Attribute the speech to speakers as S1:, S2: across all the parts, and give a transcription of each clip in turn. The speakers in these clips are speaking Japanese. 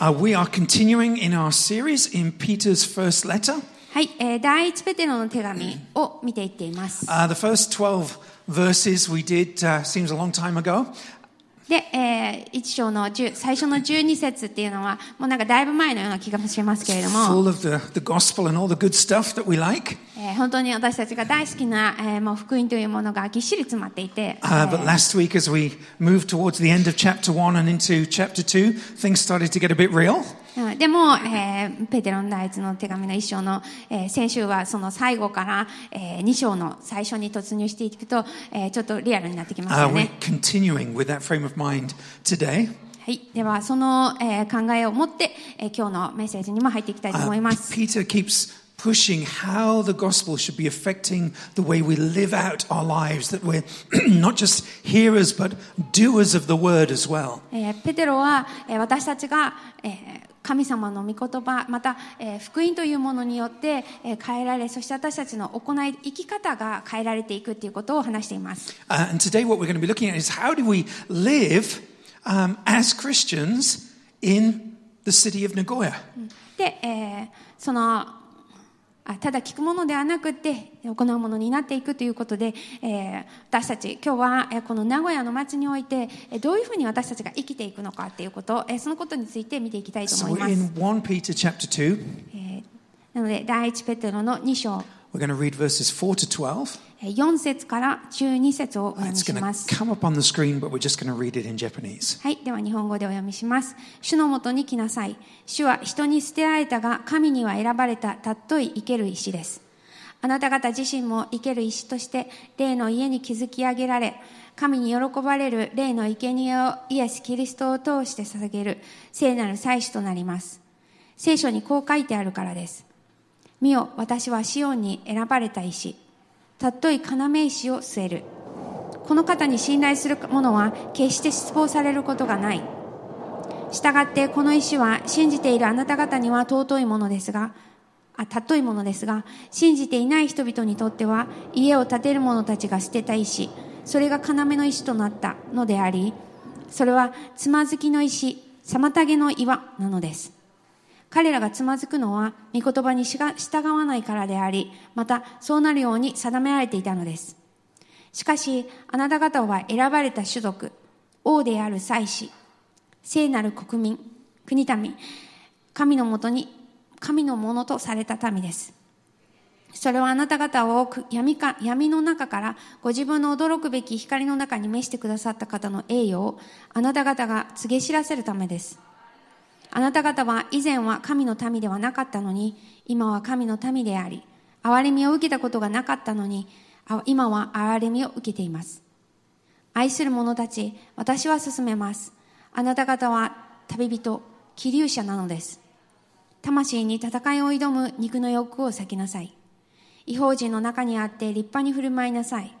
S1: Uh, we are continuing in our series in Peter's first letter.
S2: はい、えー第一ペテロの手紙を見ていっています。
S1: Uh, the first 12 verses we did uh, seems a long time ago.
S2: で、えー一章の10、最初の12節っていうのは、もうなんかだいぶ前のような気がしますけれども、
S1: Full of the, the gospel and all the good stuff that we like.
S2: えー本当に私たちが大好きな、えーもう福音というものがぎっしり詰まっていて、
S1: Uh,
S2: え
S1: but
S2: ー
S1: last week, as we moved towards the end of chapter 1 and into chapter 2, things started to get a bit real.
S2: うんでも、えーペテロの第一の手紙の一章の、えー先週はその最後から、え2章の最初に突入していくと、えーちょっとリアルになってきます
S1: Uh,
S2: よ
S1: we're
S2: ね。
S1: continuing with that frame of mind today.
S2: はい、では、その、えー考えを持って、えー今日のメッセージにも入っていきたいと
S1: Uh,
S2: 思います。
S1: Peter keeps pushing how the gospel should be affecting the way we live out our lives, that we're not just hearers, but doers of the word as well.
S2: えーペテロは、えー私たちが、えー神様の御言葉また、えー福音というものによって、えー変えられそして私たちの行い生き方が変えられていくということを話しています、
S1: Uh, and today, what we're going to be looking at is how do we live um, as Christians in the city of Nagoya?
S2: で、えーそのあただ聞くものではなくて行うものになっていくということで、えー私たち今日は、えーこの名古屋の街においてえーどういうふうに私たちが生きていくのかということ、えーそのことについて見ていきたいと
S1: So
S2: 思い
S1: we're
S2: ます、
S1: in 1 Peter chapter 2.
S2: えーなので第一ペテロの2章
S1: We're going to read verses 4 to 12.
S2: 4節から12節をお読み
S1: It's
S2: し
S1: going
S2: ま
S1: to
S2: す。
S1: come up on the screen, but we're just going to read it in Japanese.
S2: はい、では日本語でお読みします。主のもとに来なさい。主は人に捨てられたが、神には選ばれたたっとい生ける石です。あなた方自身も生ける石として、霊の家に築き上げられ、神に喜ばれる霊の生贄をイエス・キリストを通して捧げる聖なる祭司となります。聖書にこう書いてあるからです。見よ、私はシオンに選ばれた石、たっとい要石を据える。この方に信頼する者は決して失望されることがない。したがってこの石は信じているあなた方には尊いものですが、あ、尊いものですが、信じていない人々にとっては家を建てる者たちが捨てた石、それが要の石となったのであり、それはつまずきの石、妨げの岩なのです。彼らがつまずくのは、御言葉にしが従わないからであり、またそうなるように定められていたのです。しかし、あなた方は選ばれた種族、王である祭司、聖なる国民、国民、神のもとに、神のものとされた民です。それはあなた方をく闇か闇の中からご自分の驚くべき光の中に召してくださった方の栄誉をあなた方が告げ知らせるためです。あなた方は以前は神の民ではなかったのに、今は神の民であり、憐れみを受けたことがなかったのに、あ今は憐れみを受けています。愛する者たち、私は勧めます。あなた方は旅人、気流者なのです。魂に戦いを挑む肉の欲を避けなさい。違法人の中にあって立派に振る舞いなさい。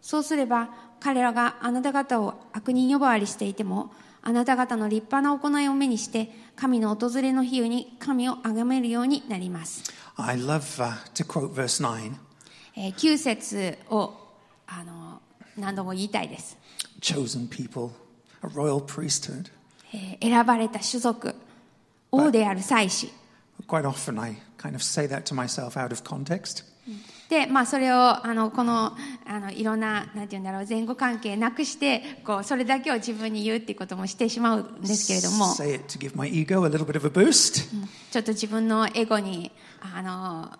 S2: そうすれば彼らがあなた方を悪人呼ばわりしていても、あなた方の立派な行いを目にして、神の訪れの比喩に神を崇めるようになります。
S1: I love uh, to quote verse 9
S2: えー、9節をあの何度も言いたいです、
S1: chosen people, a royal priesthood.
S2: えー選ばれた種族、王である祭司。
S1: Quite often I kind of say that to myself out of context.
S2: で、まあ、それをあのこのあのいろんななんて言うんだろう前後関係なくしてこうそれだけを自分に言うっていうこともしてしまうんですけれども
S1: Say it to give my ego a little bit of a boost.
S2: ちょっと自分のエゴにあの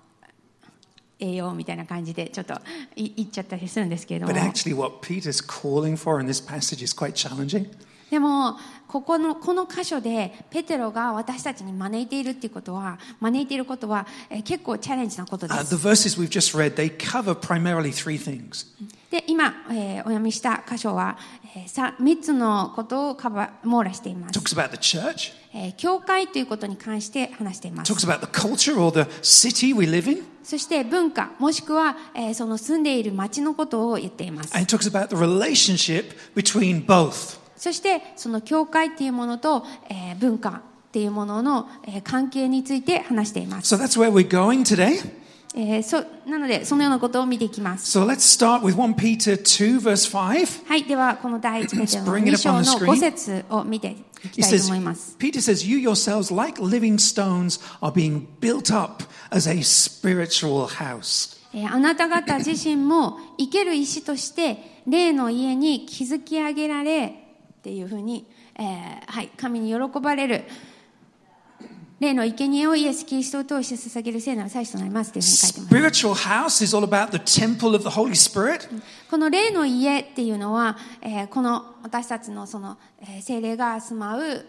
S2: 栄養みたいな感じでちょっとい言っちゃったりするんですけれども
S1: But actually, what Peter's calling for in this passage is quite challenging.
S2: でもここのこの箇所でペテロが私たちに招いているっていうことは招いていることはえー結構チャレンジなことで
S1: Uh,
S2: す
S1: the verses we've just read, they cover primarily three things.
S2: で今、えーお読みした箇所は、え 3, つのことをカバー網羅しています
S1: talks about the church,
S2: えー教会ということに関して話しています
S1: talks about the culture or the city we live in,
S2: そして文化もしくは、えーその住んでいる町のことを言っています
S1: and it talks about the relationship between both.
S2: そしてその教会っていうものと、えー文化っていうものの、えー関係について話しています
S1: So that's where we're going today.
S2: えーそなので、そのようなことを見ていきます。
S1: So let's start with 1 Peter 2, verse 5.
S2: はい、では、この第1ペテロ
S1: Let's
S2: の
S1: bring it
S2: 2
S1: up on
S2: 章
S1: the screen.
S2: の5節を見てい
S1: He
S2: きたいと
S1: says,
S2: 思います。
S1: Peter says, You yourselves, like living stones, are being built up as a spiritual house.
S2: えーあなた方自身も生ける石として、霊の家に築き上げられ、っていうふうに、えーはい、神に喜ばれる、霊の生贄をイエス・キリストを通して捧げる聖なる祭司となりますというふうに書いてます。
S1: Spiritual house is all about the temple of the Holy Spirit.
S2: この霊の家っていうのは、えーこの私たちのその、えー精霊が住まう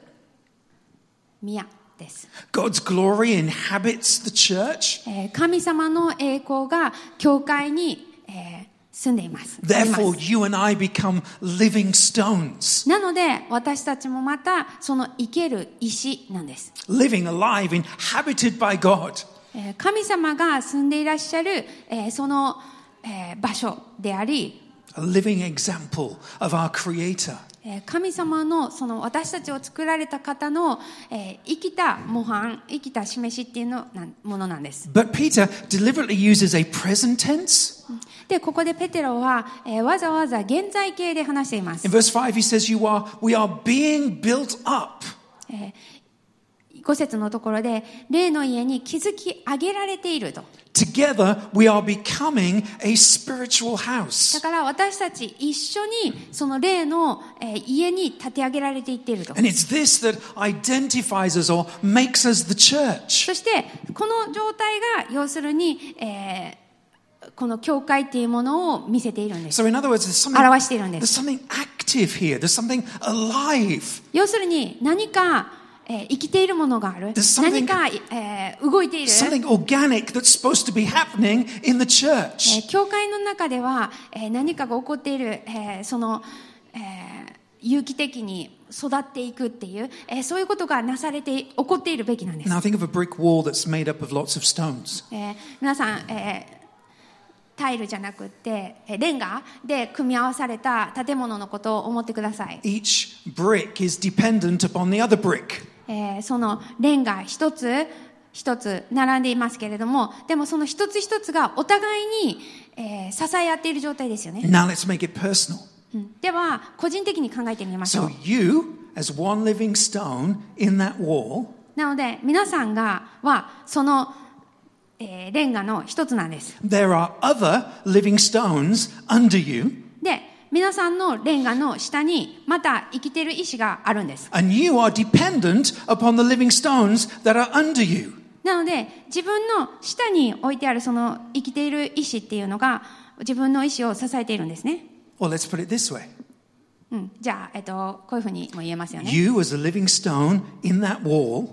S2: 宮です、
S1: God's glory inhabits the church.
S2: えー神様の栄光が教会に、えー住んでいます。ありま
S1: Therefore,
S2: す
S1: you and I become living stones,
S2: なので私たちもまたその生ける石なんです。
S1: living, alive, inhabited by God.
S2: えー神様が住んでいらっしゃる、えーその、えー場所であり、
S1: A living example of our Creator.
S2: えー神様のその私たちを作られた方の、えー生きた模範、生きた示しっていうのなんものなんです。
S1: But Peter deliberately uses a present tense.
S2: で、ここでペテロは、えーわざわざ現在形で話しています
S1: In。verse 5, he says, You are, we are being built up.
S2: 5節のところで、例の家に築き上げられていると。
S1: Together, we are becoming a spiritual
S2: だ
S1: house.
S2: から私たち一緒にその例の、えー家に立て上げられていっていると。
S1: And it's this that identifies us or makes us the church.
S2: そして、この状態が要するに、えーこの教会っていうものを見せているんです。
S1: So, in other words, there's something,
S2: 表しているんで
S1: there's
S2: す。
S1: something active here, there's something alive.
S2: 要するに何か、えー生きているものがある
S1: There's。something-
S2: 何か、えー動いている。
S1: something organic that's supposed to be happening in the
S2: え
S1: church.
S2: ー教会の中では、えー何かが起こっている、えーその、えー有機的に育っていくっていう、えーそういうことがなされて起こっているべきなんです、
S1: Now think of a brick wall that's made up of lots of stones.
S2: えー皆さん、えータイルじゃなくって、えーレンガで組み合わされた建物のことを思ってください、
S1: Each brick is dependent upon the other brick.
S2: えーそのレンガ一つ一つ並んでいますけれどもでもその一つ一つがお互いに、えー支え合っている状態ですよね、
S1: Now let's make it personal.
S2: うんでは個人的に考えてみましょう
S1: So you, as one living stone in that wall,
S2: なので皆さんがはその、えーレンガの一つなんです。
S1: there are other living stones under you,
S2: で皆さんのレンガの下にまた生きてる石があるんです。
S1: and you are dependent upon the living stones that are under you.
S2: なので自分の下に置いてあるその生きている石っていうのが自分の石を支えているんですね。
S1: Or let's put it this way
S2: うん、じゃあ、えっと、こういうふうにも言えますよね。
S1: you, as a living stone in that wall,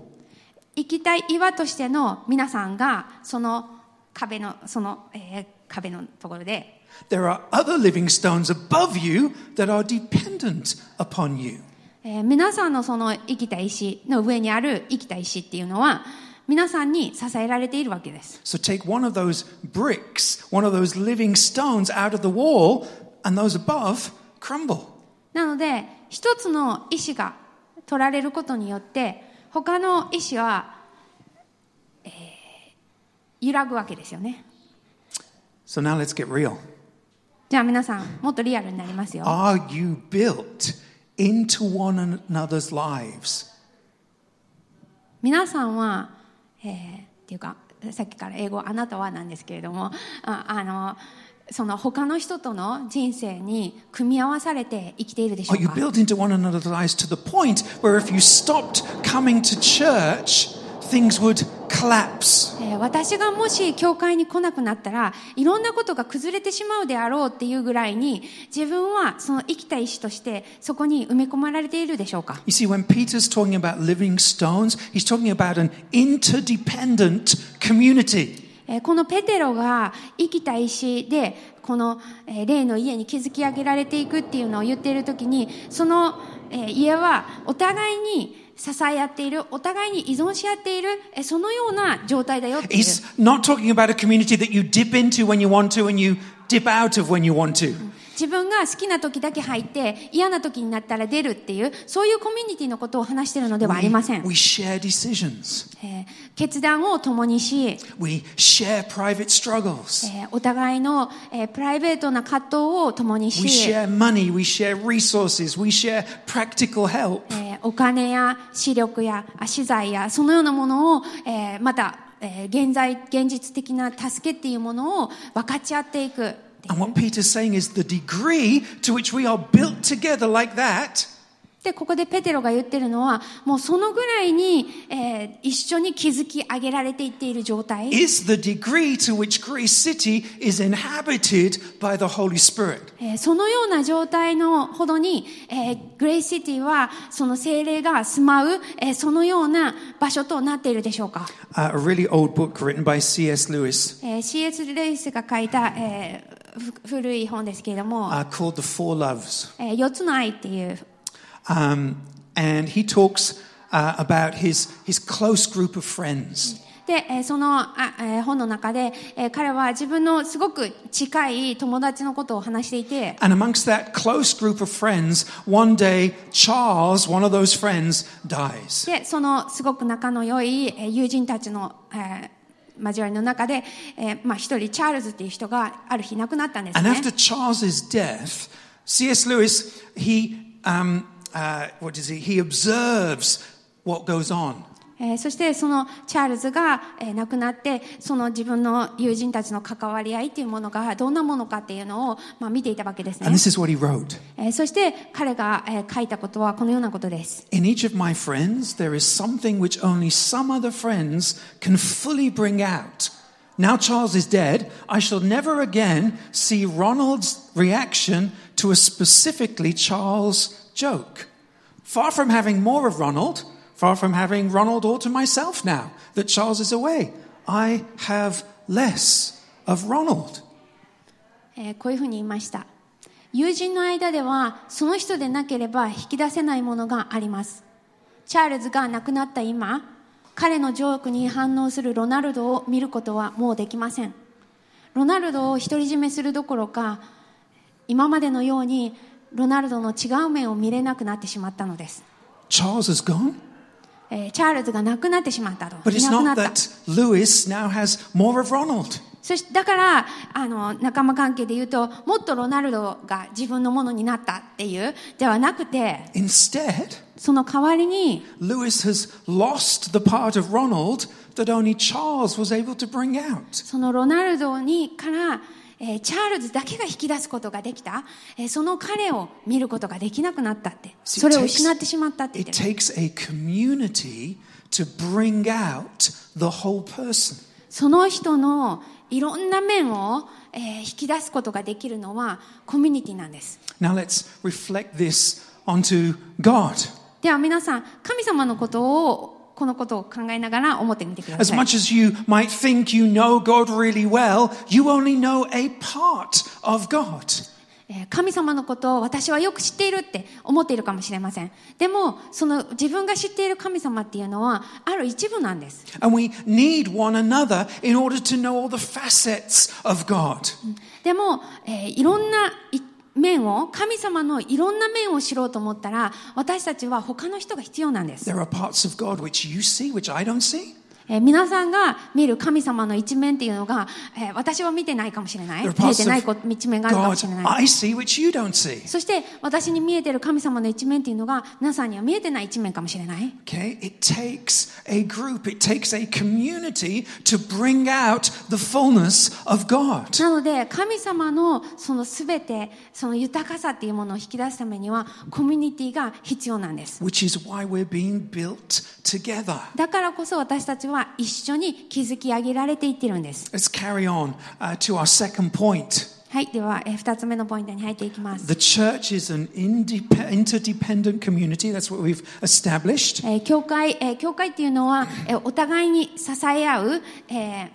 S2: 生きたい岩としての皆さんがその壁のその、えー壁のところで
S1: There are other living stones above you that are dependent upon you.
S2: えー皆さんのその生きた石の上にある生きた石っていうのは皆さんに支えられているわけです。
S1: So take one of those bricks, one of those living stones out of the wall, and those above crumble.
S2: なので一つの石が取られることによって他の石は、えー揺らぐわけですよね。
S1: So now let's get real.
S2: じゃあ皆さんもっとリアルになりますよ。
S1: Are you built into one another's lives?
S2: 皆さんは、えーっていうかさっきから英語「あなたは」なんですけれどもああのその他の人との人生に組み合わされて生きているでしょ
S1: Are
S2: う
S1: you
S2: か
S1: built into one another's lives to the point where if you stopped coming to church, things would collapse?
S2: えー私がもし教会に来なくなったらいろんなことが崩れてしまうであろうっていうぐらいに自分はその生きた石としてそこに埋め込まれているでしょうか
S1: You see, when Peter's talking about living stones, he's talking about an interdependent community.
S2: えーこのペテロが生きた石でこのえー霊の家に築き上げられていくっていうのを言っている時にそのえー家はお互いに支え合っているお互いに依存し合っているえーそのような状態だよっていう
S1: He's not talking about a community that you dip into when you want to and you dip out of when you want to.
S2: 自分が好きな時だけ入って嫌な時になったら出るっていうそういうコミュニティのことを話しているのではありませ
S1: We,
S2: ん、
S1: we share decisions.
S2: えー決断を共にし、
S1: We share private struggles.
S2: えーお互いの、えープライベートな葛藤を共に
S1: We
S2: し、え
S1: share money. We share resources. We share practical help.
S2: ーお金や視力やあ資材やそのようなものを、えーまた、えー現在現実的な助けっていうものを分かち合っていくっていう
S1: And what Peter's saying is the degree to which we are built together like that
S2: でここでペテロが言ってるのはもうそのぐらいに、えー一緒に築き上げられていっている状態
S1: is the degree to which Grace City is inhabited by the Holy Spirit.
S2: えーそのような状態のほどに、えーグレイシティはその精霊が住まう、えーそのような場所となっているでしょうか、
S1: Uh, a really old book written by C.S. Lewis
S2: えー CS レイスが書いた、えーふ古い本ですけれども、
S1: uh, called The Four Loves.
S2: え4つの愛っていう、
S1: Um, and he talks uh, about his, his close group of friends.
S2: で、えーそのあ、えー本の中で、えー彼は自分のすごく近い友達のことを話していて、
S1: And amongst that close group of friends, one day, Charles, one of those friends, dies.
S2: で、そのすごく仲の良いえー友人たちの、えー交わりの中で、えーまあ一人チャールズっていう人がある日亡くなったんです
S1: And
S2: ね
S1: after。Charles's death, C.S. Lewis, he, um, uh, what is he? He observes what goes on.
S2: えーそしてそのチャールズが、えー亡くなってその自分の友人たちの関わり合いというものがどんなものかっていうのを、まあ、見ていたわけですね
S1: And、this is what he wrote.
S2: えーそして彼が、えー書いたことはこのようなことです
S1: In each of my friends, there is something which only some other friends can fully bring out. Now Charles is dead, I shall never again see Ronald's reaction to a specifically Charles joke. Far from having more of Ronald, far from having Ronald all to myself now that Charles is away, I have less of Ronald.
S2: えーこういうふうに言いました友人の間ではその人でなければ引き出せないものがありますチャールズが亡くなった今彼のジョークに反応するロナルドを見ることはもうできませんロナルドを独り占めするどころか今までのようにロナルドの違う面を見れなくなってしまったのです、
S1: Charles is gone,
S2: えーチャールズが亡くなってしまったと
S1: but
S2: い
S1: it's
S2: なく
S1: not
S2: なった
S1: that Lewis now has more of Ronald.
S2: そしてだからあの仲間関係で言うともっとロナルドが自分のものになったっていうではなくて
S1: Instead,
S2: その代わりに
S1: Lewis has lost the part of Ronald that only Charles was able to bring out.
S2: そのロナルドにから、えーチャールズだけが引き出すことができた、えーその彼を見ることができなくなったってそれを失ってしまったって言
S1: it
S2: ってる
S1: takes a community to bring out the whole person.
S2: その人のいろんな面を、えー引き出すことができるのはコミュニティなんです
S1: Now let's reflect this onto God.
S2: では皆さん神様のことをこのことを考えながら思ってみてくだ
S1: As
S2: さい
S1: much as you might think you know God really well, you only know a part of God.
S2: えー神様のことを私はよく知っているって思っているかもしれませんでもその自分が知っている神様っていうのはある一部なんです
S1: And we need one another in order to know all the facets of God.
S2: でも、えーいろんない面を神様のいろんな面を知ろうと思ったら私たちは他の人が必要なんです、
S1: There are parts of God which you see, which I don't see.
S2: えー皆さんが見る神様の一面っていうのが、えー私は見てないかもしれない
S1: There are
S2: 見え
S1: parts
S2: て
S1: of
S2: ないこ一面があるかも
S1: God
S2: しれない
S1: I see which you don't see.
S2: そして私に見えてる神様の一面っていうのが皆さんには見えてない一面かもしれない
S1: Okay? It takes a group, it takes a community to bring out the fullness of God.
S2: なので神様のその全てその豊かさっていうものを引き出すためにはコミュニティが必要なんです
S1: Which is why we're being built together.
S2: だからこそ私たちは一緒に築き上げられていってるんです
S1: Let's carry on uh, to our second point.
S2: はい、では、えー二つ目のポイントに入っていきます。
S1: The church is an indep- interdependent community. That's what we've established.
S2: えー教会、えー教会っていうのは、えーお互いに支え合う、えー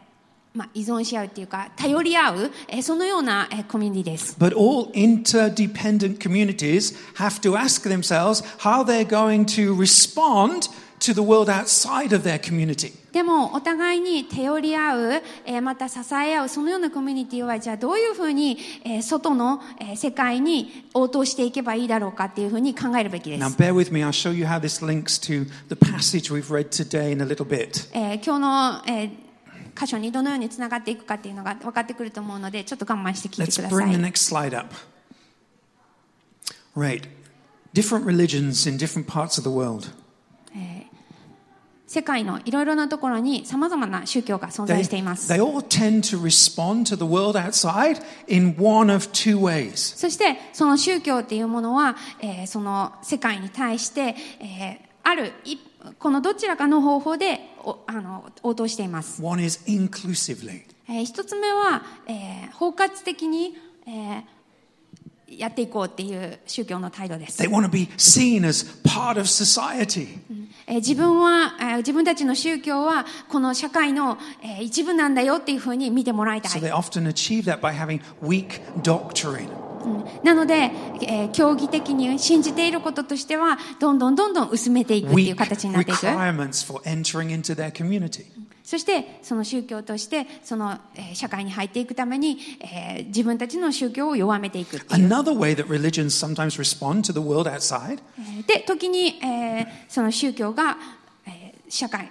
S2: まあ、依存し合うっていうか、頼り合う、えーそのような、えーコミュニティです。
S1: But all interdependent communities have to ask themselves how they're going to respond to the world outside of their community.
S2: でもお互いに頼り合う、えーまた支え合うそのようなコミュニティはじゃあどういうふうに、えー外の、えー世界に応答していけばいいだろうかっていうふうに考えるべきで
S1: Now,
S2: す、
S1: bear with me, I'll show you how this links to the passage we've read today in a little bit.
S2: えー今日の、えー箇所にどのようにつながっていくかっていうのが分かってくると思うのでちょっと我慢して聞いて
S1: Let's
S2: くだ
S1: bring
S2: さ
S1: the
S2: い
S1: next slide up. Right. Different religions in different parts of the world.
S2: 世界のいろいろなところにさまざまな宗教が存
S1: They,
S2: 在しています
S1: they all tend to respond to the world outside in one of two ways.
S2: そしてその宗教っていうものは、えーその世界に対して、えーあるいこのどちらかの方法でおあの応答しています
S1: One is inclusively.
S2: えー一つ目は、えー包括的に、えーやっていこうっていう宗教の態度です、
S1: They want to be seen as part of society.
S2: えー自分は、えー自分たちの宗教はこの社会の、えー一部なんだよっていうふうに見てもらいた
S1: So
S2: い、
S1: they often achieve that by having weak doctrine.
S2: うんなので、えー教義的に信じていることとしてはどんどんどんどん薄めていくっていう
S1: Weak
S2: 形になっていく
S1: requirements for entering into their community.
S2: そしてその宗教としてその、えー社会に入っていくために、えー自分たちの宗教を弱めていくっていう
S1: Another way that religions sometimes respond to the world outside
S2: えーで時に、えーその宗教が、えー社会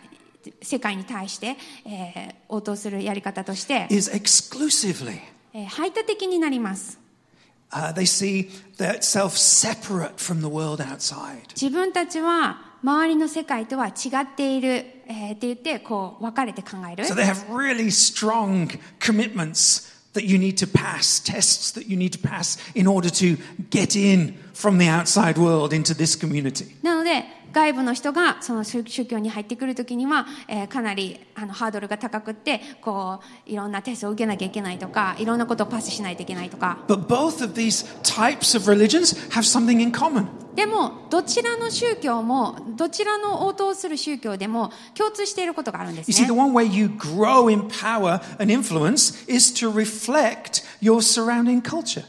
S2: 世界に対して、えー応答するやり方として、
S1: is exclusively.
S2: えー排他的になります
S1: Uh, they see themselves separate from the world outside.
S2: 自分たちは周りの世界とは違っている、えーって言ってこう分かれて考える
S1: So they have really strong commitments that you need to pass, tests that you need to pass in order to get in from the outside world into this community.
S2: なので外部の人がその宗宗教に入ってくるときには、えーかなりあのハードルが高くってこういろんなテストを受けなきゃいけないとかいろんなことをパスしないといけないとか
S1: But both of these types of religions have something in common.
S2: でもどちらの宗教もどちらの応答する宗教でも共通していることがあるんで
S1: You
S2: す
S1: see,
S2: ね
S1: the one way you grow in power and influence is to reflect your surrounding culture.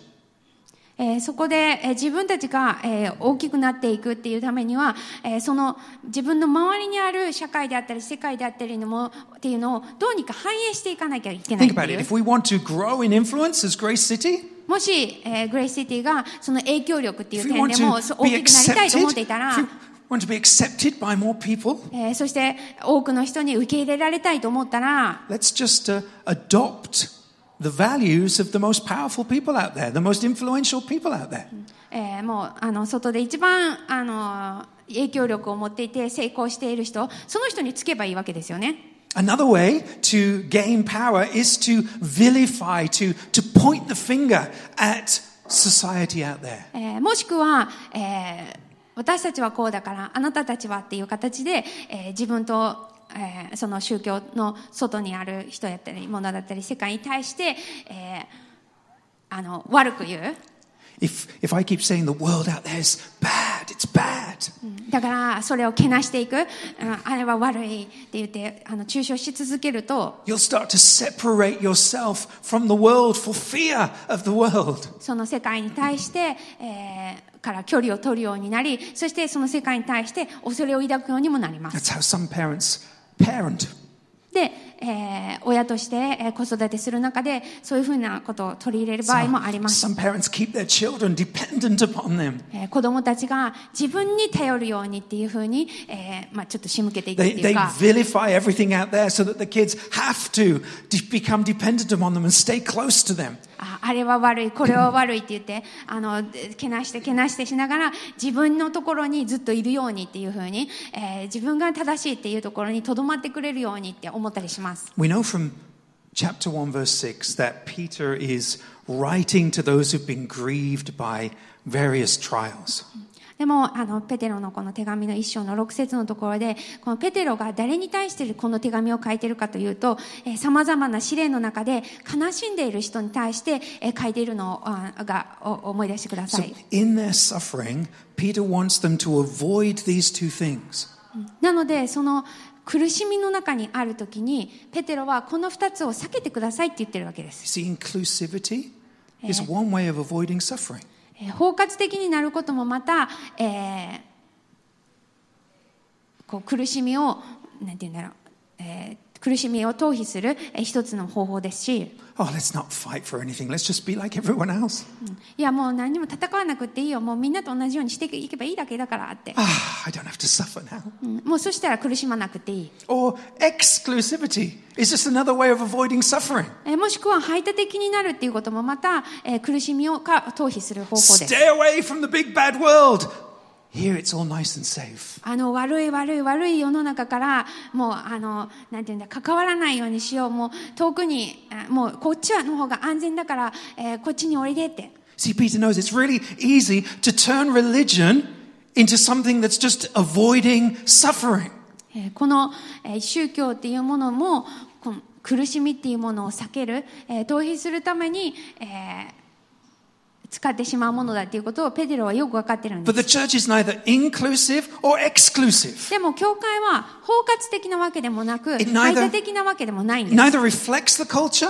S2: えーそこで、えー自分たちが、えー大きくなっていくっていうためには、えーその自分の周りにある社会であったり世界であったりのもっていうのをどうにか反映していかなきゃいけない
S1: Think
S2: って
S1: about
S2: い
S1: it.
S2: う
S1: If we want to grow in influence as Grace City,
S2: もし、えーグレイシティがその影響力ってい
S1: if
S2: う
S1: we
S2: 点
S1: want
S2: でも
S1: to
S2: そう大
S1: be
S2: きくなりたい
S1: accepted,
S2: と思っていたら
S1: if we、want to be accepted by more people,
S2: えーそして多くの人に受け入れられたいと思ったら
S1: let's just uh, adopt the values of the most powerful people out there, the most influential people out there.
S2: えーもうあの外で一番あの影響力を持っていて成功している人その人につけばいいわけですよね
S1: Another way to gain power is to vilify, to, to point the finger at society out there.
S2: えーもしくは、えー私たちはこうだからあなたたちはっていう形で、えー自分と、えーその宗教の外にある人やったりものだったり世界に対して、えーあの悪く言う
S1: If, if I keep saying the world out there is bad, it's bad,
S2: だからそれをけなしていく、うんあれは悪いって言ってあの中傷し続けると
S1: you'll start to separate yourself from the world for fear of the world.
S2: その世界に対して、えーから距離を取るようになりそしてその世界に対して恐れを抱くようにもなります
S1: That's how some parents parent.
S2: で、えー親として、えー子育てする中でそういうふうなことを取り入れる場合もあります、
S1: Some parents keep their children dependent upon them.
S2: えー子供たちが自分に頼るようにっていうふうに、えーまあ、ちょっと仕向けていくっ
S1: They,
S2: てい
S1: they
S2: うか
S1: vilify everything out there so that the kids have to de- become dependent upon them and stay close to them.
S2: ああれは悪いこれは悪いって言ってあのでけなしてけなしてしながら自分のところにずっといるようにっていうふうに、えー自分が正しいっていうところにとどまってくれるようにって思ったりします
S1: We know from chapter 1, verse 6, that Peter is writing to those who've been grieved by various trials.
S2: でもあのペテロのこの手紙の一章の6節のところでこのペテロが誰に対してこの手紙を書いてるかというとさまざまな試練の中で悲しんでいる人に対して、えー書いているのをあがお思い出してくださ
S1: So,
S2: い
S1: in their suffering, Peter wants them to avoid these two things.
S2: なのでその苦しみの中にある時にペテロはこの2つを避けてくださいって言ってるわけです
S1: You see, inclusivity is one way of avoiding suffering.
S2: えー包括的になることもまた、えーこう苦しみをなんて言うんだろう、えー苦しみを逃避するえー一つの方法ですし
S1: Oh, let's not fight for anything. Let's just be like everyone else.
S2: いやもう何にも戦わなくていいよもうみんなと同じようにしていけばいいだけだからって、
S1: Ah, I don't have to suffer now.
S2: うんもうそしたら苦しまなくていい
S1: Or exclusivity is just another way of avoiding suffering.
S2: えーもしくは排他的になるっていうこともまた、えー苦しみをか逃避する方法です
S1: Stay away from the big bad world. Here it's all nice and safe.
S2: あの悪い悪い悪い世の中からもうあのなんていうんだ関わらないようにしようもう遠くにあもうこっちはの方が安全だから、えーこっちにおいでって
S1: See, Peter knows it's really easy to turn religion into something that's just avoiding suffering.
S2: えーこの、えー宗教っていうものもこの苦しみっていうものを避ける、えー逃避するために、えー使ってしまうものだっていうことをペテロはよく分かってるんで
S1: But
S2: す
S1: the church is neither inclusive or exclusive.
S2: でも教会は包括的なわけでもなく
S1: It neither-
S2: 排他的なわけでもないんで
S1: It
S2: す、
S1: neither reflects the culture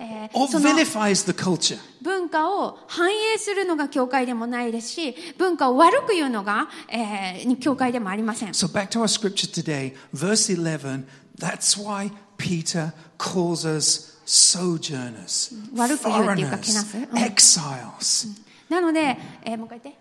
S2: えー
S1: or
S2: その
S1: vilifies the culture.
S2: 文化を反映するのが教会でもないですし、文化を悪く言うのが、えー教会でもありません。
S1: So back to our scripture today, verse 11. That's why Peter calls us sojourners,
S2: 悪く言うっていうか、けなす。
S1: foreigners, exiles.
S2: なので、えーもう一回言って。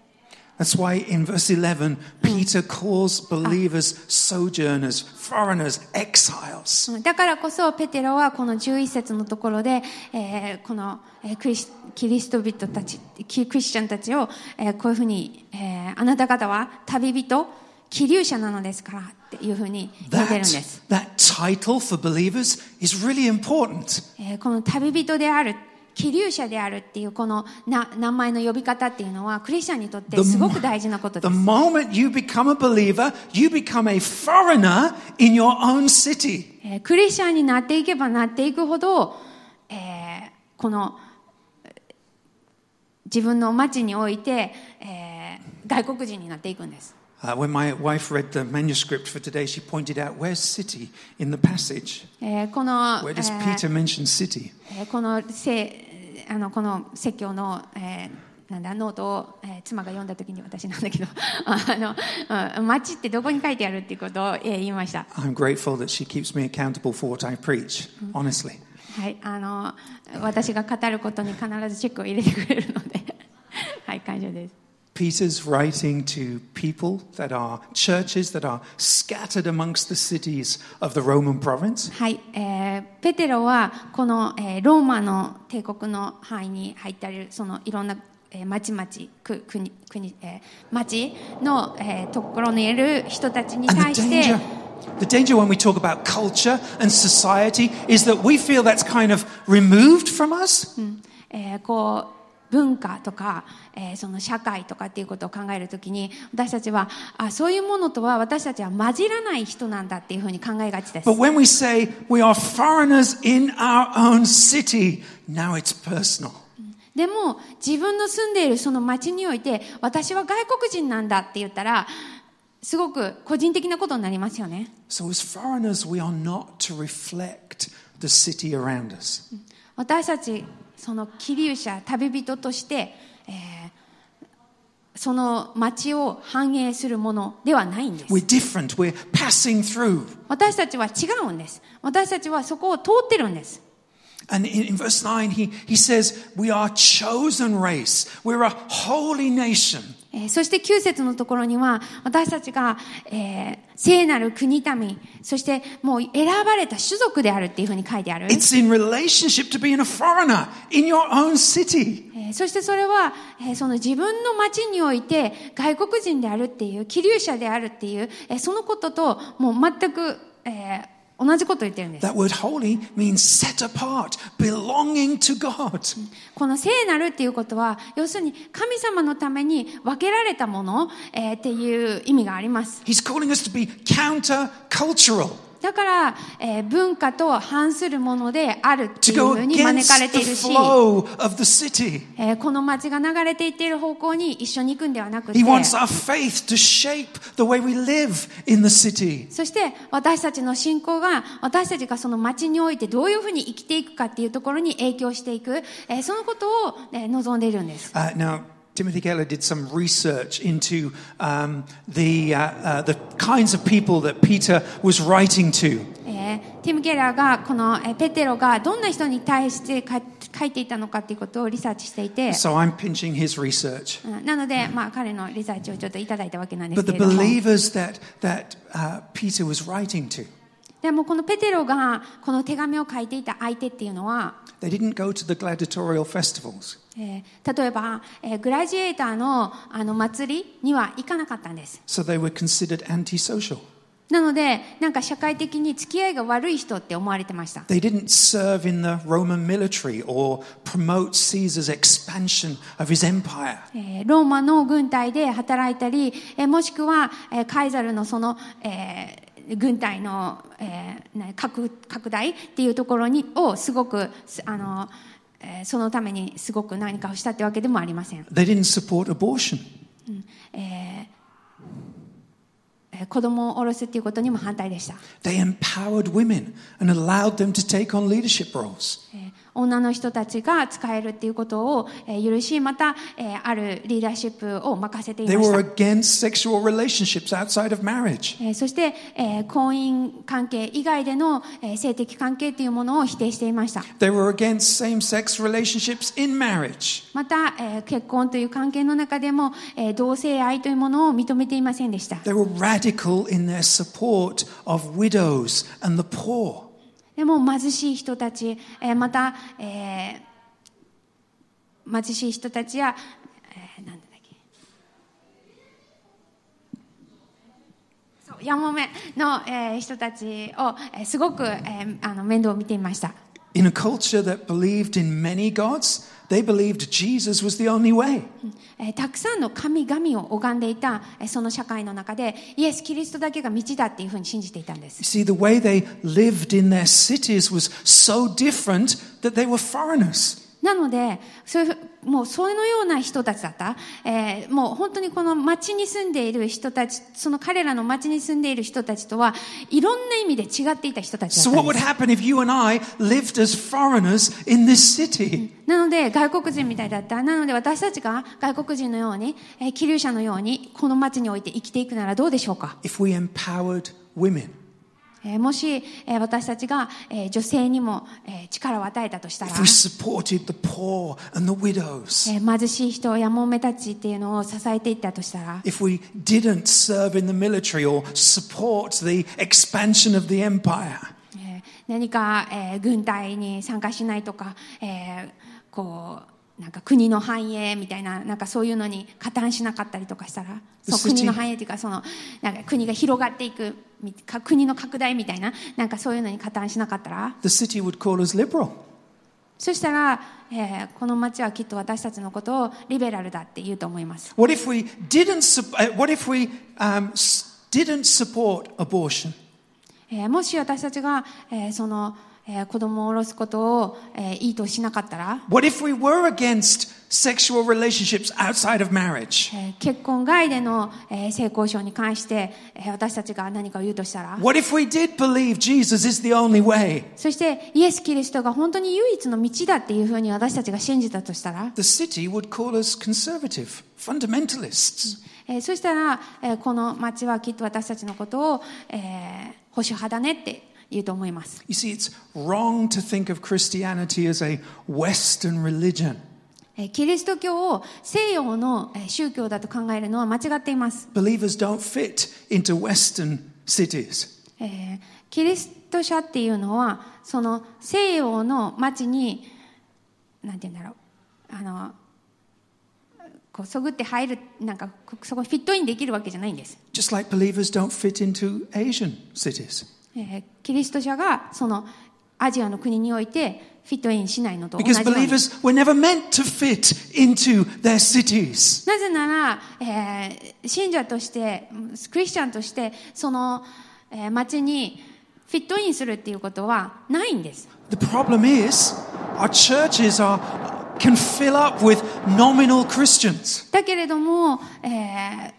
S1: That's why in verse 11, Peter calls believers sojourners, foreigners, exiles.
S2: うんだからこそ、ペテロはこの11節のところで、えーこの、えークリスキリスト人たち、キクリスチャンたちを、えーこういうふうに、えーあなた方は旅人、気流者なのですからっていうふうに言ってるんで
S1: That,
S2: す。
S1: that title for believers is really important.
S2: えーこの旅人である、気流者であるっていうこのな名前の呼び方っていうのは、クリスチャンにとってすごく大事なことで
S1: The
S2: す。
S1: moment you become a believer, you become a foreigner in your own city.
S2: えークリスチャンになっていけばなっていくほど、えーこのえー自分の町において、えー外国人になっていくんです
S1: Uh, when my wife read the manuscript for today, she pointed out where's city in the passage?
S2: えーこの、
S1: Where does
S2: えー
S1: Peter mention city?
S2: えーこのせあのこの説教の、えーなんだノートを、えー妻が読んだ時に私なんだけど あのうん町ってどこに書いてあるっていうことを、えー言いました、
S1: I'm grateful that she keeps me accountable for what I preach, honestly.
S2: はい、あの私が語ることに必ずチェックを入れてくれるので はい感謝です
S1: Peter's writing to people that are churches that are scattered amongst the cities of the Roman province.
S2: はい、えーペテロはこの、えーローマの帝国の範囲に入ってあるそのいろんな、えー、町々く国国、えー町の、えーところにいる人たちに
S1: And
S2: 対
S1: the
S2: して
S1: danger, the danger when we talk about culture and society is that we feel that's kind of removed from us.
S2: えーこう文化とか、えーその社会とかっていうことを考えるときに私たちはあそういうものとは私たちは混じらない人なんだっていうふうに考えがちです
S1: But。when we say we are foreigners in our own city, now it's personal.
S2: でも自分の住んでいるその町において私は外国人なんだって言ったらすごく個人的なことになりますよね
S1: So as foreigners, we are not to reflect the city around us.
S2: 私たちその気流者旅人として、えーその町を反映するものではないんです
S1: We're different. We're passing through.
S2: 私たちは違うんです私たちはそこを通ってるんです
S1: And in, in verse 9, he, he says, We are chosen race. We're a holy nation.
S2: えーそして9節のところには私たちが、えー聖なる国民そしてもう選ばれた種族であるっていうふうに書いてある
S1: It's in relationship to being a foreigner in your own city.
S2: えーそしてそれは、えーその自分の町において外国人であるっていう、気流者であるっていう、えーそのことともう全く、えー同じことを言ってるんです。
S1: That word holy means set apart, belonging to God.
S2: この聖なるっていうことは、要するに神様のために分けられたもの、えーっていう意味があります。
S1: He's calling us to be counter cultural,
S2: だから、えー文化と反するものであるってい
S1: to
S2: う
S1: go
S2: ふうに招
S1: against
S2: かれている
S1: the
S2: し、
S1: flow of the city.
S2: えーこの町が流れていっている方向に一緒に行くんではなくて
S1: He、wants our faith to shape the way we live in the city.
S2: そして私たちの信仰が私たちがその町においてどういうふうに生きていくかっていうところに影響していく、えーそのことを、えー望んでいるんです。
S1: Uh, now, Timothy Keller did some research into um, the, uh, uh, the kinds of people that Peter was writing to.
S2: えーティム・ケラーがこの、えーペテロがどんな人に対してか書いていたのかということをリサーチしていて、
S1: So I'm pinching his research.
S2: うんなので、まあ、彼のリサーチをちょっといただいたわけなんです
S1: But
S2: け
S1: the
S2: れども
S1: believers that, that uh, Peter was writing to,
S2: でもこのペテロがこの手紙を書いていた相手っていうのは、
S1: they didn't go to the gladiatorial festivals.
S2: えー例えば、えーグラジエーターのあの祭りには行かなかったんです
S1: So they were considered antisocial.
S2: なのでなんか社会的に付き合いが悪い人って思われてました
S1: They didn't serve in the Roman military or promote Caesar's expansion of his empire.
S2: えーローマの軍隊で働いたり、えーもしくは、えーカイザルのその、えー軍隊の、えーな拡拡大っていうところにをすごくすあの、えーそのためにすごく何かをしたってわけでもありません、
S1: They didn't support abortion.
S2: えー子供を下ろすっていうことにも反対でした
S1: They empowered women and allowed them to take on leadership roles.
S2: えー女の人たちが使えるっていうことをえー許しまたえーあるリーダーシップを任せてい
S1: They
S2: ま
S1: were
S2: した
S1: against sexual relationships outside of marriage.
S2: えーそしてえー婚姻関係以外でのえー性的関係というものを否定していました
S1: They were against same sex relationships in marriage.
S2: またえー結婚という関係の中でもえー同性愛というものを認めていませんでした
S1: They were radical in their support of widows and the poor.
S2: でも貧しい人たちえーまたえー貧しい人たちやえーなんだっけそうヤンモメの、えー人たちを、えーすごく、えーあの面倒を見ていました、
S1: In a culture that believed in many gods, they believed Jesus was the only way.
S2: えーたくさんの神々を拝んでいた、えーその社会の中でイエス・キリストだけが道だっていうふうに信じていたんです
S1: You see, the way they lived in their cities was so different that they were foreigners.
S2: なのでそういうふもうそのような人たちだった、えーもう本当にこの町に住んでいる人たちその彼らの町に住んでいる人たちとはいろんな意味で違っていた人たちだ
S1: So,
S2: った
S1: what
S2: ん
S1: would
S2: です
S1: happen if you and I lived as foreigners in this city?
S2: なので外国人みたいだったなので私たちが外国人のようにえー気流者のようにこの町において生きていくならどうでしょうか、
S1: If we empowered women,
S2: えーもし、えー私たちが、えー女性にも、えー力を与えたとしたら
S1: if we supported the poor and the widows,
S2: えー貧しい人やもめたちっていうのを支えていったとしたら
S1: if we didn't serve in the military or support the expansion of the empire,
S2: えー何か、えー軍隊に参加しないとか、えーこうなんか国の繁栄みたいななんかそういうのに加担しなかったりとかしたらそう
S1: The city-
S2: 国の繁栄というかそのなんか国が広がっていくみか国の拡大みたいななんかそういうのに加担しなかったら
S1: the city would call us liberal.
S2: そしたら、えーこの町はきっと私たちのことをリベラルだって言うと思います
S1: What if we didn't, sup- uh, what if we, um, s- didn't support abortion?
S2: えーもし私たちが、えーその、えー子供を下ろすことを、えーいいとしなかったら
S1: What if we were against sexual relationships outside of marriage?
S2: えー結婚外での、えー性交渉に関して、えー私たちが何かを言うとしたら
S1: What if we did believe Jesus is the only way?
S2: そしてイエス・キリストが本当に唯一の道だっていうふうに私たちが信じたとしたら、
S1: The city would call us conservative, fundamentalists.
S2: えーそしたら、えーこの町はきっと私たちのことを、えー保守派だねって言うと思います
S1: You see, it's wrong to think of Christianity as a Western religion.
S2: えーキリスト教を西洋のえー宗教だと考えるのは間違っています、
S1: Believers don't fit into Western cities.
S2: えーキリスト者っていうのはその西洋の町になんて言うんだろうあのこうそぐって入るなんかこそこフィットインできるわけじゃないんです、
S1: Just like believers don't fit into Asian cities.
S2: えーキリスト者がそのアジアの国においてフィットインしないのと同じ
S1: Because
S2: ように
S1: believers were never meant to fit into their cities.
S2: なぜなら、えー信者としてうんクリスチャンとしてその、えー町にフィットインするっていうことはないんです
S1: The problem is, our churches are can fill up with nominal Christians.
S2: だけれども、え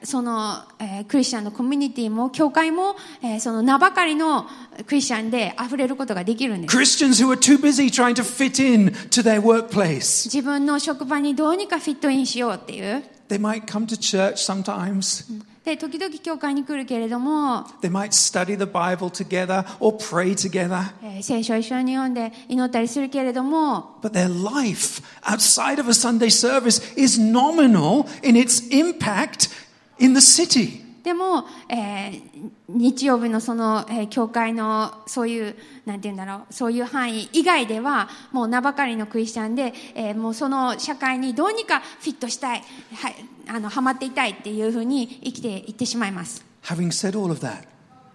S2: ーその、えークリスチャンのコミュニティも教会も、えーその名ばかりのクリスチャンで溢れることができるんです
S1: Christians who are too busy trying to fit in to their workplace.
S2: 自分の職場にどうにかフィットインしようっていう
S1: They might come to church sometimes.
S2: で時々教会に来るけれども、
S1: They might study the Bible together or pray together.
S2: えー聖書を一緒に読んで祈ったりするけれども
S1: But their life outside of a Sunday service is nominal in its impact in the city.
S2: でも、えー日曜日のその、えー教会のそういうなんて言うんだろうそういう範囲以外ではもう名ばかりのクリスチャンで、えーもうその社会にどうにかフィットしたいはいあのハマっていたいっていうふうに生きていってしまいます。
S1: Having said all of that,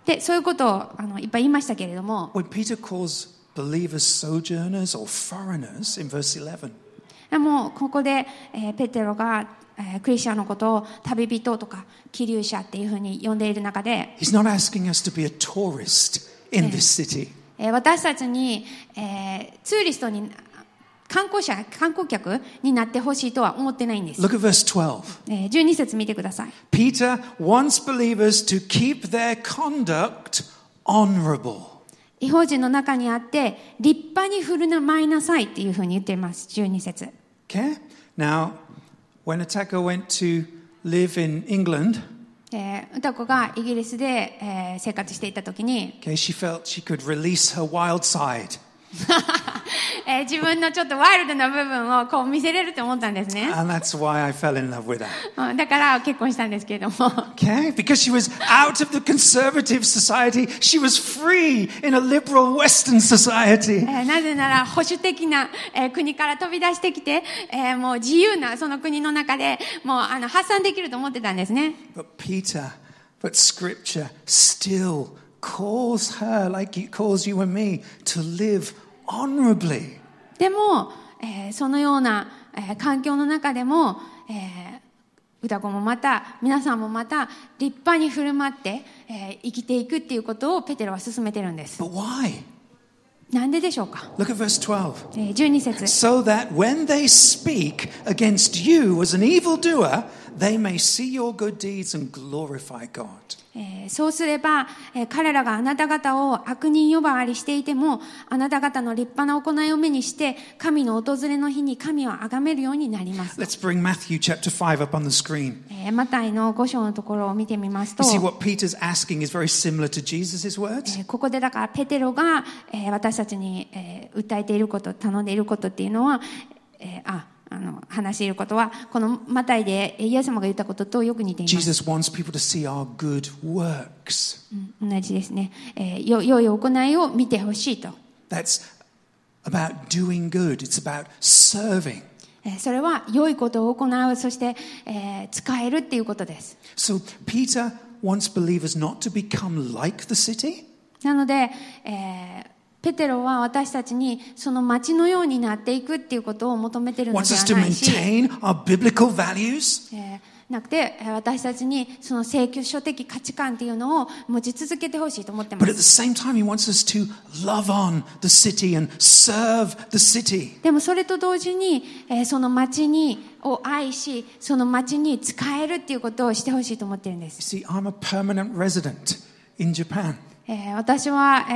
S2: でそういうことをあのいっぱい言いましたけれども
S1: when Peter calls believers sojourners or foreigners in verse 11,
S2: でもここで、えーペテロが、えークリスチャンのことを旅人とか気流者っていうふうに呼んでいる中で、
S1: he's not asking us to be a tourist in this city.
S2: えー私たちに、えーツーリストに観光者観光客になってほしいとは思ってないんです、
S1: Look at verse 12.
S2: えー12節見てください
S1: Peter wants believers to keep their conduct honorable.
S2: 違法人の中にあって立派に振る舞いなさいっていうふうに言っています12節
S1: Okay? Now, when Atako went to live in England,
S2: えー歌子がイギリスで、えー生活していた時に、
S1: okay, she felt she could release her wild side.
S2: えー自分のちょっとワイルドな部分をこう見せれると思ったんですね
S1: And that's why I fell in love with her.
S2: うんだから結婚したんですけれども
S1: Okay? Because she was out of the conservative society, she was free in a liberal Western
S2: え
S1: society.
S2: ーなぜなら保守的な、えー国から飛び出してきて、えーもう自由なその国の中でもうあの発散できると思ってたんですね
S1: But Peter, but scripture still calls her, like it calls you and me, to live honorably.
S2: でも、えーそのような、えー環境の中でも、えー歌子もまた皆さんもまた立派に振る舞って、えー生きていくっていうことをペテロは進めてるんです
S1: But why?
S2: なんででしょうか、
S1: Look at verse 12.
S2: えー12節
S1: So that when they speak against you as an evildoer, they may see your good deeds and glorify God.
S2: えーそうすれば、えー彼らがあなた方を悪人呼ばわりしていても、あなた方の立派な行いを目にして、神の訪れの日に神を崇めるようになります。
S1: Let's bring Matthew chapter 5 up on the screen.
S2: えーマタイの5章のところを見てみますと
S1: You、see, what Peter's asking is very similar to Jesus'
S2: え
S1: words.
S2: ーここでだからペテロが、えー私たちに、えー訴えていること、頼んでいることっていうのは、えーあ、あの、話していることは、このマタイでえーイエス様が言ったこととよく似ています。
S1: Jesus wants people to see our good works.
S2: うん同じですね。えーよ良い行いを見てほしいと。
S1: That's about doing good, it's about serving.
S2: えーそれは良いことを行うそして、えー使えるっていうことです
S1: So Peter wants believers not to become like the city,
S2: なので、えーペテロは私たちにその町のようになっていくっていうことを求めてるの
S1: wants us
S2: では
S1: to
S2: ないし、
S1: maintain our biblical values.
S2: えーなくてえー私たちにその請求書的価値観っていうのを持ち続けてほしいと思ってま
S1: But at the
S2: す
S1: same time, he wants us to love on the city and serve the city.
S2: でもそれと同時に、えーその町にを愛しその町に使えるっていうことをしてほしいと思ってるんです
S1: You see, I'm a permanent resident in Japan.
S2: えー私は、え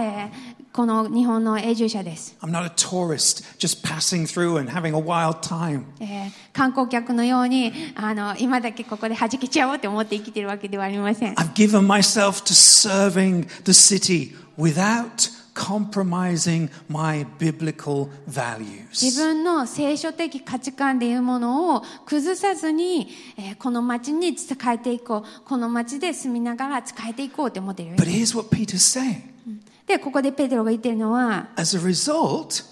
S2: ーこの日本の永住者です
S1: I'm not a tourist just passing through and having a wild time.
S2: えー観光客のようにあの今だけここで弾けちゃおうって思って生きてるわけではありません
S1: I've given myself to serving the city without compromising my biblical
S2: 自
S1: values.
S2: 分の聖書的価値観でいうものを崩さずに、えーこの町に使えていこうこの町で住みながら使えていこうって思ってるよ
S1: But here's what Peter's saying
S2: でここでペテロが言ってるのは
S1: As a result,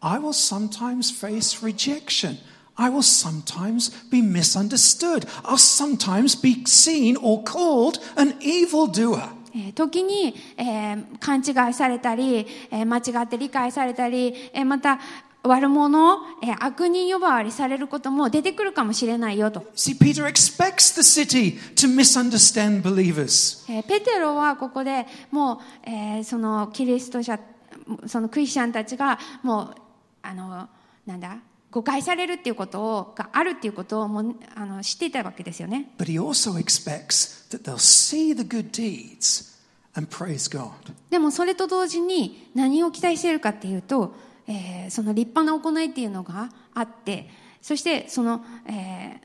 S1: I will sometimes face rejection. I will sometimes be misunderstood. I'll sometimes be seen or called an evildoer.
S2: えー時に、えー勘違いされたり、えー間違って理解されたり、えーまた悪者、えー悪人呼ばわりされることも出てくるかもしれないよと
S1: See, Peter expects the city to misunderstand believers.
S2: えーペテロはここでもう、えーそのキリスト者そのクリスチャンたちがもうあのなんだ誤解されるっていうことをがあるっていうことをもうあの知っていたわけですよね
S1: But he also expects that they'll see the good deeds and praise God.
S2: でもそれと同時に何を期待しているかっていうと、えーその立派な行いっていうのがあってそしてその、えー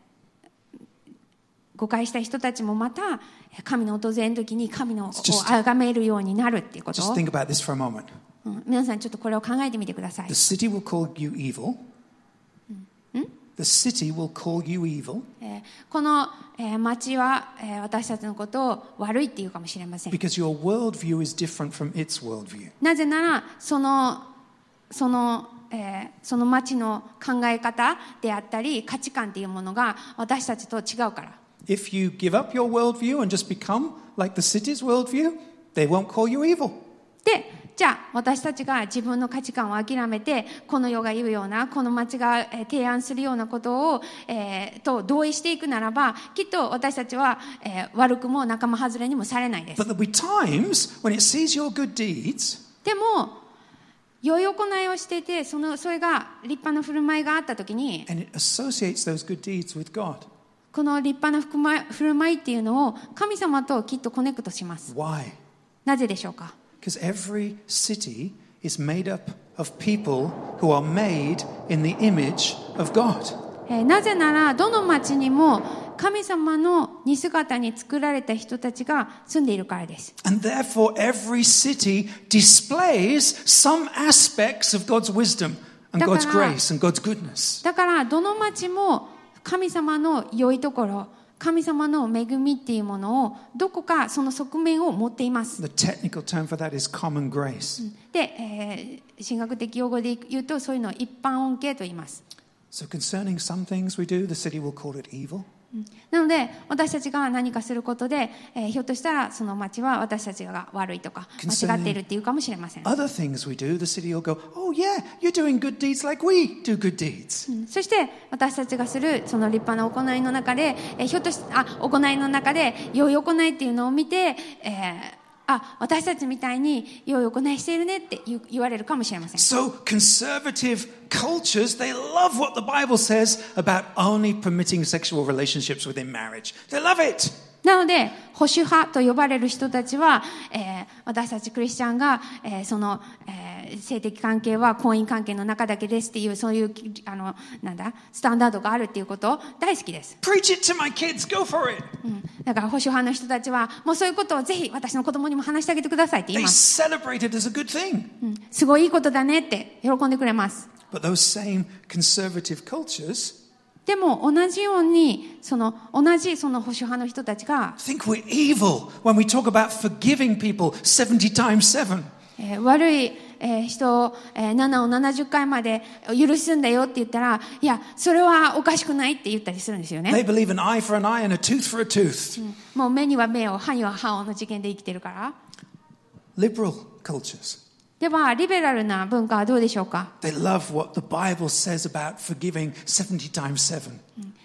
S2: 誤解した人たちもまた神の訪れの時に神のを
S1: Just-
S2: 崇めるようになるっていうこと
S1: Just
S2: を、
S1: think about this for a moment.
S2: うん皆さんちょっとこれを考えてみてください
S1: The、city will call you evil. The city will call you evil
S2: えーこの、えー町は、えー私たちのことを悪いっていうかもしれません
S1: because your worldview is different from its worldview.
S2: なぜならそのその、えーその町の考え方であったり価値観っていうものが私たちと違うから
S1: If you give up your worldview and just become like the city's worldview, they won't call you evil.
S2: でじゃあ私たちが自分の価値観を諦めてこの世が言うようなこの町がえー提案するようなことを、えーと同意していくならばきっと私たちは、えー悪くも仲間外れにもされないです
S1: But there'll be times when it sees your good deeds
S2: でも良い行いをしていてそのそれが立派な振る舞いがあった時に
S1: and it associates those good deeds with God.
S2: この立派な振る舞い振る舞いっていうのを神様ときっとコネクトします。
S1: Why?
S2: なぜでしょうか
S1: Because every city is made up of people who are made in the image of God.
S2: えーなぜならどの町にも神様の似姿に作られた人たちが住んでいるからです。
S1: And therefore, every city displays some aspects of God's wisdom and God's
S2: Dakara-
S1: grace and God's goodness.
S2: だからどの町も神様の良いところ、神様の恵みっていうものをどこかその側面を持っています。
S1: The technical term for that is common grace.
S2: で、えー神学的用語で言うとそういうのを一般恩恵と言います。
S1: So, concerning some things we do, the city will call it evil.
S2: なので私たちが何かすることで、えーひょっとしたらその町は私たちが悪いとか
S1: Concerning-
S2: 間違っているっていうかもしれません
S1: Other things we do, the city will go, Oh, yeah, you're doing good deeds like we do good deeds.
S2: うんそして私たちがするその立派な行いの中で、えーひょっとしあ行いの中で良い行いっていうのを見て、えーあ私たちみたいに良い行いしているねって言う言われるかもしれません
S1: So, conservative cultures, they love what the Bible says about only permitting sexual relationships within marriage. They love it.
S2: なので保守派と呼ばれる人たちは、えー私たちクリスチャンが、えーその、えー性的関係は婚姻関係の中だけですっていうそういうあのなんだスタンダードがあるっていうこと大好きです、
S1: Preach it to my kids, go for it.
S2: うんだから保守派の人たちはもうそういうことをぜひ私の子供にも話してあげてくださいって言い
S1: They
S2: ます、
S1: celebrate it as a good thing.
S2: うんすごいいいことだねって喜んでくれます
S1: But those same conservative cultures
S2: でも同じようにその同じその保守派の人たちが
S1: think we're evil when we talk about forgiving people 70 times 7.
S2: えー悪い、えー人を、えー7を70回まで許すんだよって言ったら、いや、それはおかしくないって言ったりするんですよ
S1: They
S2: ね。
S1: believe an eye for an eye and a tooth for a tooth.
S2: もう目には目を、歯には歯をの次元で生きてるから。
S1: Liberal cultures.
S2: では、リベラルな文化はどうでしょうか
S1: They love what the Bible says about forgiving 70 times 7.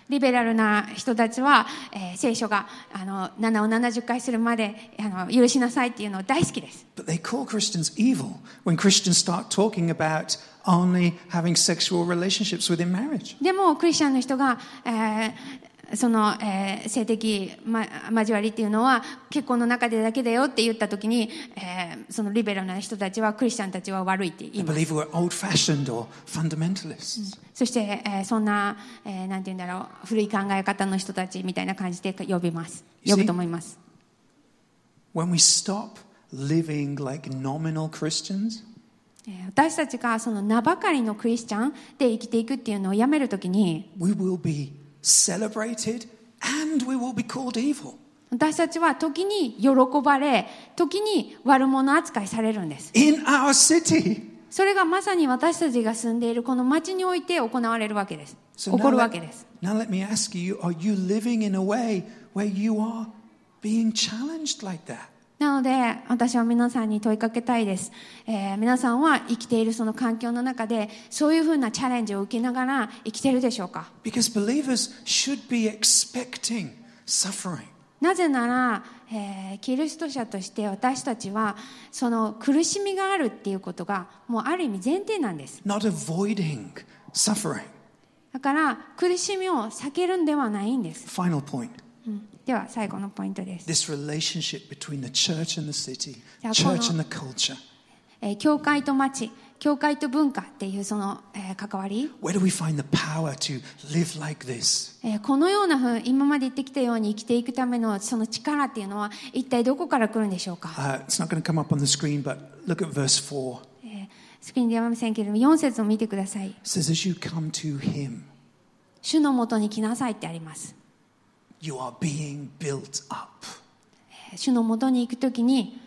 S2: リベラルな人たちは、えー聖書があの7を70回するまであの許しなさいっていうの大好きです。
S1: But they call Christians evil when Christians start talking about only having sexual relationships within marriage.
S2: でもクリスチャンの人が、えーその、えー性的、ま、交わりっていうのは結婚の中でだけだよって言った時に、えーそのリベラルな人たちはクリスチャンたちは悪いって
S1: They
S2: 言います
S1: believe we're old fashioned or fundamentalists.
S2: そして、えーそんな、えーなんて言うんだろう古い考え方の人たちみたいな感じで呼びます呼ぶと思います
S1: When we stop living like nominal Christians,
S2: えー私たちがその名ばかりのクリスチャンで生きていくっていうのをやめるときに
S1: we will be celebrated and we will be called evil.
S2: 私たちは時に喜ばれ時に悪者扱いされるんです
S1: In our city,
S2: それがまさに私たちが住んでいるこの町において行われるわけです。起
S1: now
S2: こるわ
S1: let-
S2: けです。
S1: now let me ask you are you living in a way where you are being challenged like that?
S2: なので、私は皆さんに問いかけたいです。えー皆さんは生きているその環境の中で、そういうふうなチャレンジを受けながら生きているでしょうか
S1: Because believers should be expecting suffering.
S2: なぜなら、えーキリスト者として私たちは、その苦しみがあるっていうことが、もうある意味前提なんです。
S1: not avoiding suffering.
S2: だから苦しみを避けるんではないんです、
S1: Final point
S2: うんでは最後のポイントです、
S1: this relationship between the church and the city,
S2: Yeah,
S1: church
S2: kono-
S1: and the culture.
S2: えー教会と町教会と文化っていうその、えー関わり
S1: Where do we find the power to live like this?
S2: えーこのようなふう今まで言ってきたように生きていくためのその力っていうのは一体どこから来るんでしょうか、
S1: Uh, it's not going to come up on the screen, but look at verse 4.
S2: えースクリーンではありませんけれども4節を見てください
S1: It says, As you come to him,
S2: 主のもとに来なさいってあります。
S1: you are being built up.
S2: えー主のもとに行くときに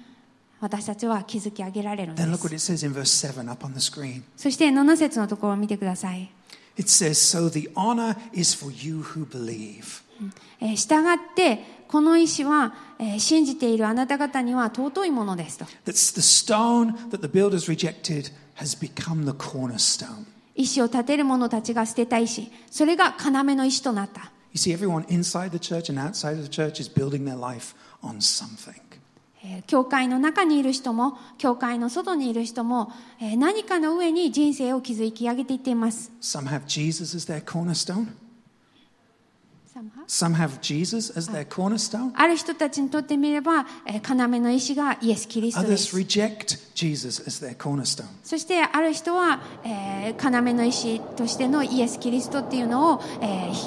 S2: 私たちは築き上げられるんで
S1: Then look what
S2: す。
S1: it says in verse 7 up on the screen.
S2: そして7節のところを見てください。
S1: It says, So the honor is for you who believe.
S2: えー従ってこの意思は、えー信じているあなた方には尊いものですと。
S1: That's the stone that the builders rejected has become the cornerstone.
S2: 意思を立てる者たちが捨てた意思、それが要の意思となった。
S1: You see, everyone inside the church and outside of the church is building their life on something.
S2: えー教会の中にいる人も、教会の外にいる人も、えー何かの上に人生を築き上げていっています。
S1: Some have Jesus as their cornerstone, some have Jesus as their cornerstone,
S2: ある人たちにとってみれば、えー要の意思がイエス・キリストで
S1: others
S2: す。
S1: reject Jesus as their cornerstone.
S2: そしてある人は、えー要の意志としてのイエス・キリストっていうのを、えーひ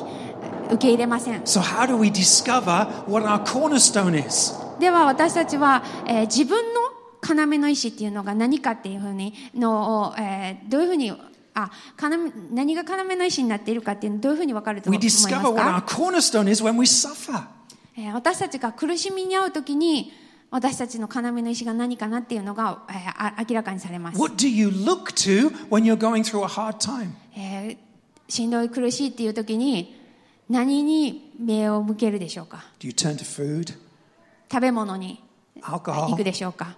S2: 受け入れません
S1: So, how do we discover what our cornerstone is?
S2: では私たちは、えー自分の要の意志っていうのが何かっていうふうにのを、えーどういうふうにあ要何が要の意志になっているかっていうのをどういうふうに分かると思
S1: We
S2: います
S1: discover what our
S2: か、
S1: cornerstone is when we suffer.
S2: えー私たちが苦しみに遭うときに私たちの要の意志が何かなっていうのが、えーあ明らかにされます
S1: What do you look to when you're going through a hard time?
S2: えーしんどい苦しいっていう時に何に目を向けるでしょうか
S1: Do you turn to food,
S2: 食べ物に行
S1: alcohol,
S2: くでしょうか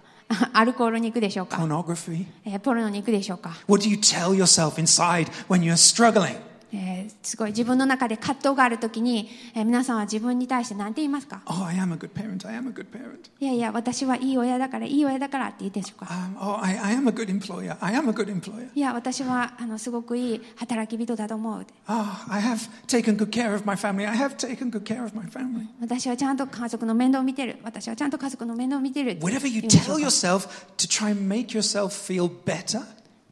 S2: アルコールに行くでしょうか、
S1: pornography?
S2: えーポルノに行くでしょうか、
S1: What do you tell yourself inside when you're struggling?
S2: えーすごい自分の中で葛藤がある時に、えー皆さんは自分に対して何て言いますか
S1: Oh, I am a good parent. I am a good parent.
S2: いやいや私はいい親だからいい親だからって言うでしょうか
S1: Um, oh, I, I am a good employer. I am a good employer.
S2: いや私はあのすごくいい働き人だと思う
S1: Ah, I have taken good care of my family. I have taken good care of my family.
S2: 私はちゃんと家族の面倒を見てる私はちゃんと家族の面倒を見てるって言うん
S1: Whatever
S2: でしょ
S1: you
S2: うか
S1: tell yourself to try and make yourself feel better,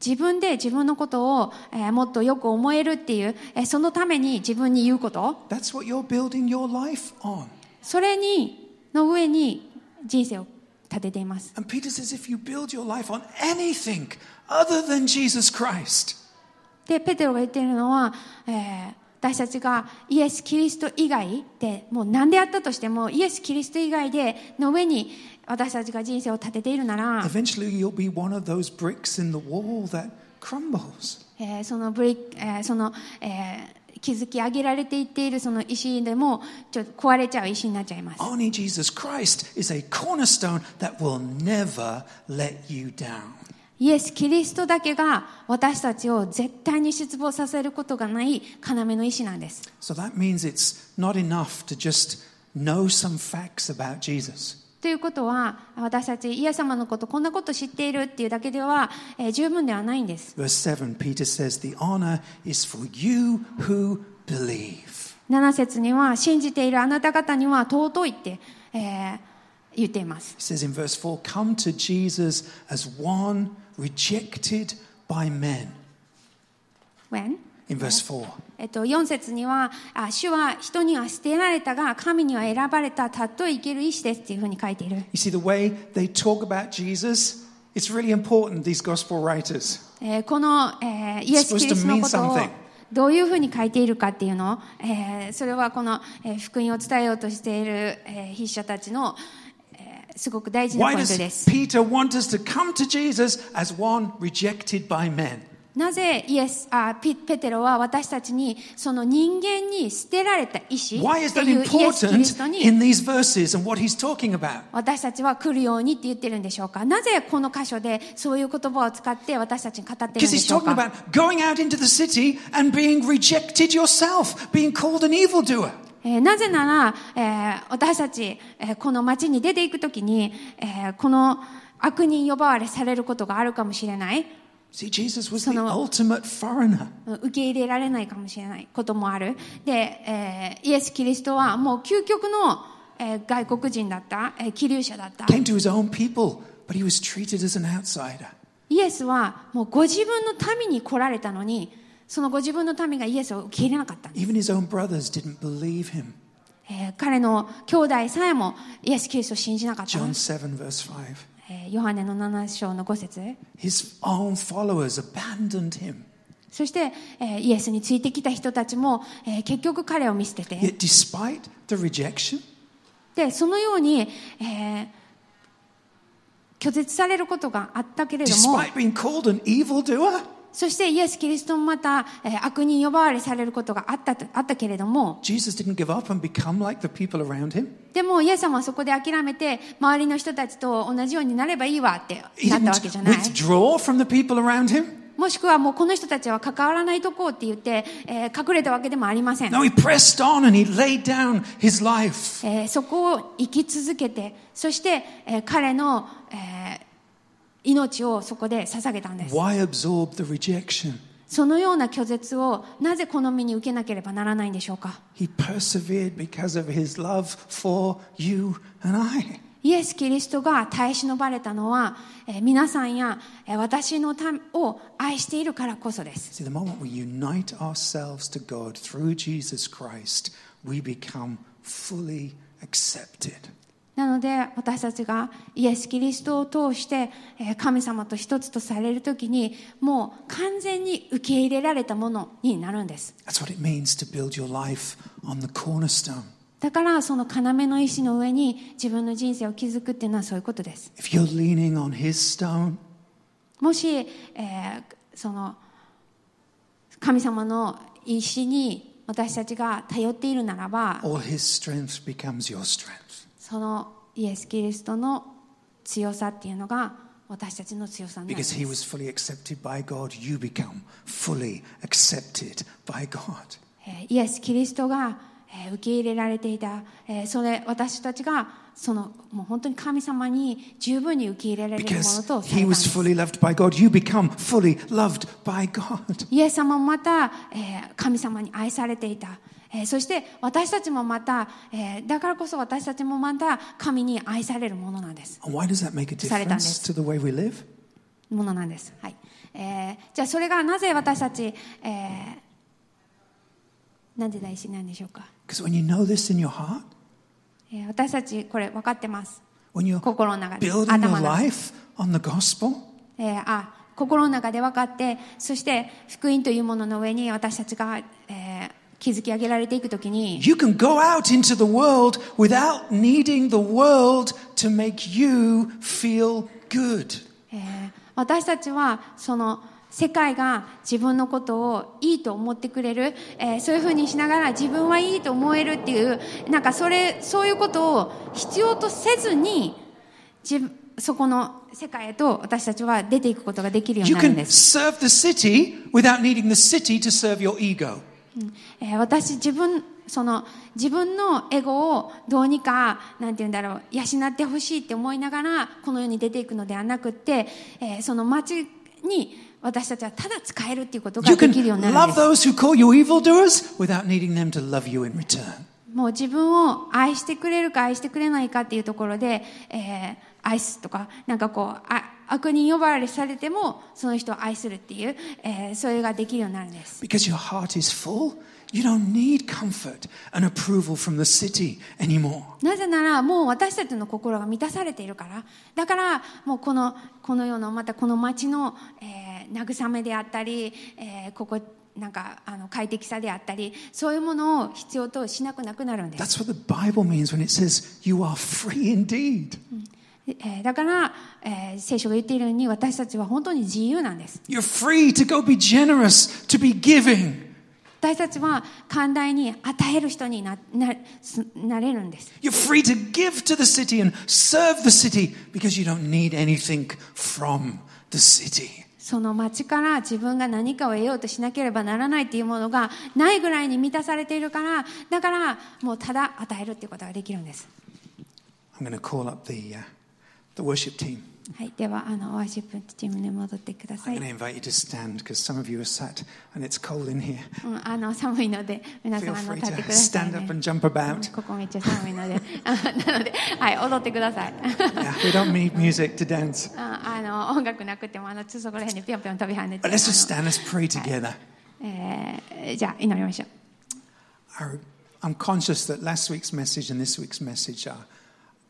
S2: 自分で自分のことを、えーもっとよく思えるっていう、えーそのために自分に言うこと
S1: that's what you're building your life on.
S2: それにの上に人生を立てています
S1: And Peter says if you build your life on anything other than Jesus Christ,
S2: でペテロが言ってるのは、えー私たちがイエス・キリスト以外でもう何であったとしてもイエス・キリスト以外での上に私たちが人生を立てているなら、
S1: eventually you'll be one of those bricks in the wall that crumbles.
S2: えーそのブリえーその、えー築き上げられていっているその石でもちょっと壊れちゃう石になっちゃいます
S1: Only Jesus Christ is a cornerstone that will never let you down.
S2: イエス・キリストだけが私たちを絶対に失望させることがない要の意志なんです。
S1: So that means it's not enough to just know some facts about Jesus.
S2: ということは私たちイエス様のことこんなこと知っているっていうだけでは、えー十分ではないんです。
S1: Verse 7, Peter says, The honor is for you who believe.
S2: 7節には信じているあなた方には尊いって、えー言っています。
S1: He says in verse 4, Come to Jesus as one rejected by men.
S2: When?
S1: In verse 4,
S2: えっと、4節にはあ主は人には捨てられたが神には選ばれたたっとい生ける意志ですっていうふうに書いている。
S1: you see the way they talk about Jesus? It's really important, these gospel writers.
S2: えーこの、えーイエス・キリストのこと
S1: supposed to mean
S2: を
S1: something.
S2: どういうふうに書いているかっていうのを、えーそれはこの、えー福音を伝えようとしている、えー筆者たちの、えーすごく大事な
S1: Why
S2: ポイント
S1: does
S2: です
S1: Peter want us to come to Jesus as one rejected by men?
S2: なぜイエスあピペテロは私たちにその人間に捨てられた意志
S1: Why is
S2: って
S1: that
S2: いうイエス・キリ
S1: important
S2: ストに
S1: in these verses and what he's talking about?
S2: 私たちは来るようにって言ってるんでしょうかなぜこの箇所でそういう言葉を使って私たちに語ってる
S1: Because
S2: んで
S1: he's
S2: しょう
S1: talking about
S2: か
S1: going out into the city and being rejected yourself, being called an evildoer.
S2: えーなぜなら、えー私たち、えーこの町に出ていくときに、えーこの悪人呼ばわれされることがあるかもしれない。
S1: See, Jesus was the
S2: その-
S1: ultimate foreigner.
S2: 受け入れられないかもしれないこともあるで、えーイエス・キリストはもう究極の、えー外国人だった、えー気流者だった
S1: Came to his own people, but he was treated as an outsider.
S2: イエスはもうご自分の民に来られたのにそのご自分の民がイエスを受け入れなかったんです
S1: Even his own brothers didn't believe him.
S2: えー彼の兄弟さえもイエス・キリストを信じなかったん
S1: John
S2: です、
S1: 7, verse 5.
S2: えーヨハネの7章の5節
S1: His own followers abandoned him.
S2: そして、えーイエスについてきた人たちも、えー結局彼を見捨てて
S1: Yet, despite the rejection,
S2: でそのように、えー拒絶されることがあったけれども
S1: despite being called an evildoer,
S2: そしてイエス・キリストもまた、えー悪人呼ばわりされることがあったとあったけれども
S1: Jesus didn't give up and become like the people around him.
S2: でもイエス様はそこで諦めて周りの人たちと同じようになればいいわって
S1: He
S2: なったわ
S1: didn't
S2: けじゃない
S1: withdraw from the people around him.
S2: もしくはもうこの人たちは関わらないとこうって言って、えー隠れたわけでもありません、
S1: No, he pressed on and he laid down his life.
S2: えーそこを生き続けてそして、えー彼の、えー命をそこで捧げたんです
S1: Why absorb the rejection?
S2: そのような拒絶をなぜこの身に受けなければならないんでしょうか
S1: He persevered because of his love for you and I.
S2: イエス・キリストが耐え忍ばれたのは、えー皆さんや、えー私のためを愛しているからこそです。
S1: See, the moment we unite ourselves to God through Jesus Christ, we become fully accepted.
S2: なので私たちがイエス・キリストを通してえー神様と一つとされるときにもう完全に受け入れられたものになるんです。
S1: That's what it means to build your life on the cornerstone.
S2: だからその要の石の上に自分の人生を築くっていうのはそういうことです。
S1: If you're leaning on his stone,
S2: もし、えーその神様の石に私たちが頼っているならば
S1: all his strength becomes your strength.
S2: そのイエス・キリストの強さっていうのが私たちの強さになるんで
S1: Because
S2: す
S1: he was fully accepted by God, you become fully accepted by God.
S2: えーイエス・キリストがえー受け入れられていたえーそれ私たちがそのもう本当に神様に十分に受け入れられるもの
S1: Because
S2: とされ
S1: he
S2: たん
S1: was
S2: です
S1: fully loved by God, you become fully loved by God.
S2: イエス様もまた、えー神様に愛されていた、えーそして私たちもまた、えーだからこそ私たちもまた神に愛されるものなんです
S1: And why does that make a
S2: されたんです。
S1: difference to the way we live?
S2: ものなんです、はいえーじゃあそれがなぜ私たち、えーなんで大事なんでしょうか
S1: Because when you know this in your heart,
S2: えー私たちこれ分かってます。
S1: when you're
S2: 心の中で、頭
S1: building
S2: の
S1: your
S2: 中で、
S1: life on the gospel,
S2: えーあ心の中で分かって、そして福音というものの上に私たちが、えー築き上げられていくときに、
S1: you can go out into the world without needing the world to make you feel good.
S2: えー私たちはその世界が自分のことをいいと思ってくれる、えーそういうふうにしながら自分はいいと思えるっていうなんかそれそういうことを必要とせずに自分そこの世界へと私たちは出ていくことができるように
S1: You
S2: なるんで
S1: can
S2: す、
S1: serve the city without needing the city to serve your ego.
S2: えー私自分その自分のエゴをどうにかなんて言うんだろう養ってほしいって思いながらこの世に出ていくのではなくって、えーその街に私たちはただ使えるっていうことが
S1: You
S2: で
S1: can
S2: きるようになるんで
S1: love
S2: す
S1: those who call you evildoers without needing them to love you in return.
S2: もう自分を愛してくれるか愛してくれないかっていうところで、えー愛すとかなんかこうあ悪人呼ばわりされてもその人を愛するっていう、えーそれができるようになるんです
S1: Because your heart is full, you don't need comfort and approval from the city anymore.
S2: なぜならもう私たちの心が満たされているからだからもうこのこの世のまたこの街の、えー慰めであったり、えーここなんかあの快適さであったりそういうものを必要としなくなくなるんです
S1: That's what the Bible means when it says you are free indeed.
S2: えーだから、えー聖書が言っているように私たちは本当に自由なんです
S1: You're free to go be generous, to be giving.
S2: 私たちは寛大に与える人にななすなれるんです、
S1: You're free to give to the city and serve the city because you don't need anything from the city.
S2: その町から自分が何かを得ようとしなければならないっていうものがないぐらいに満たされているからだからもうただ与えるっていうことができるんです、
S1: I'm going to call up the, uh, the worship team.
S2: はい、ではあのワーシップチームに戻ってくださ
S1: I'm
S2: い
S1: going。to invite you to stand because some of you are sat and it's cold in here.
S2: うん、あの寒いので皆
S1: Feel
S2: さんあの
S1: free
S2: 立って
S1: to
S2: ください、
S1: stand
S2: ね
S1: up。and jump about.
S2: ここめっちゃ寒いので、 あなので、はい、踊ってください。
S1: Yeah, we don't need music to dance.
S2: ああの音楽なくてもあのそこら辺でぴょんぴょん飛び跳ねて、
S1: But let's just stand, let's pray together.
S2: あのえーじゃあ祈りましょう。
S1: I- I'm conscious that last week's message and this week's message are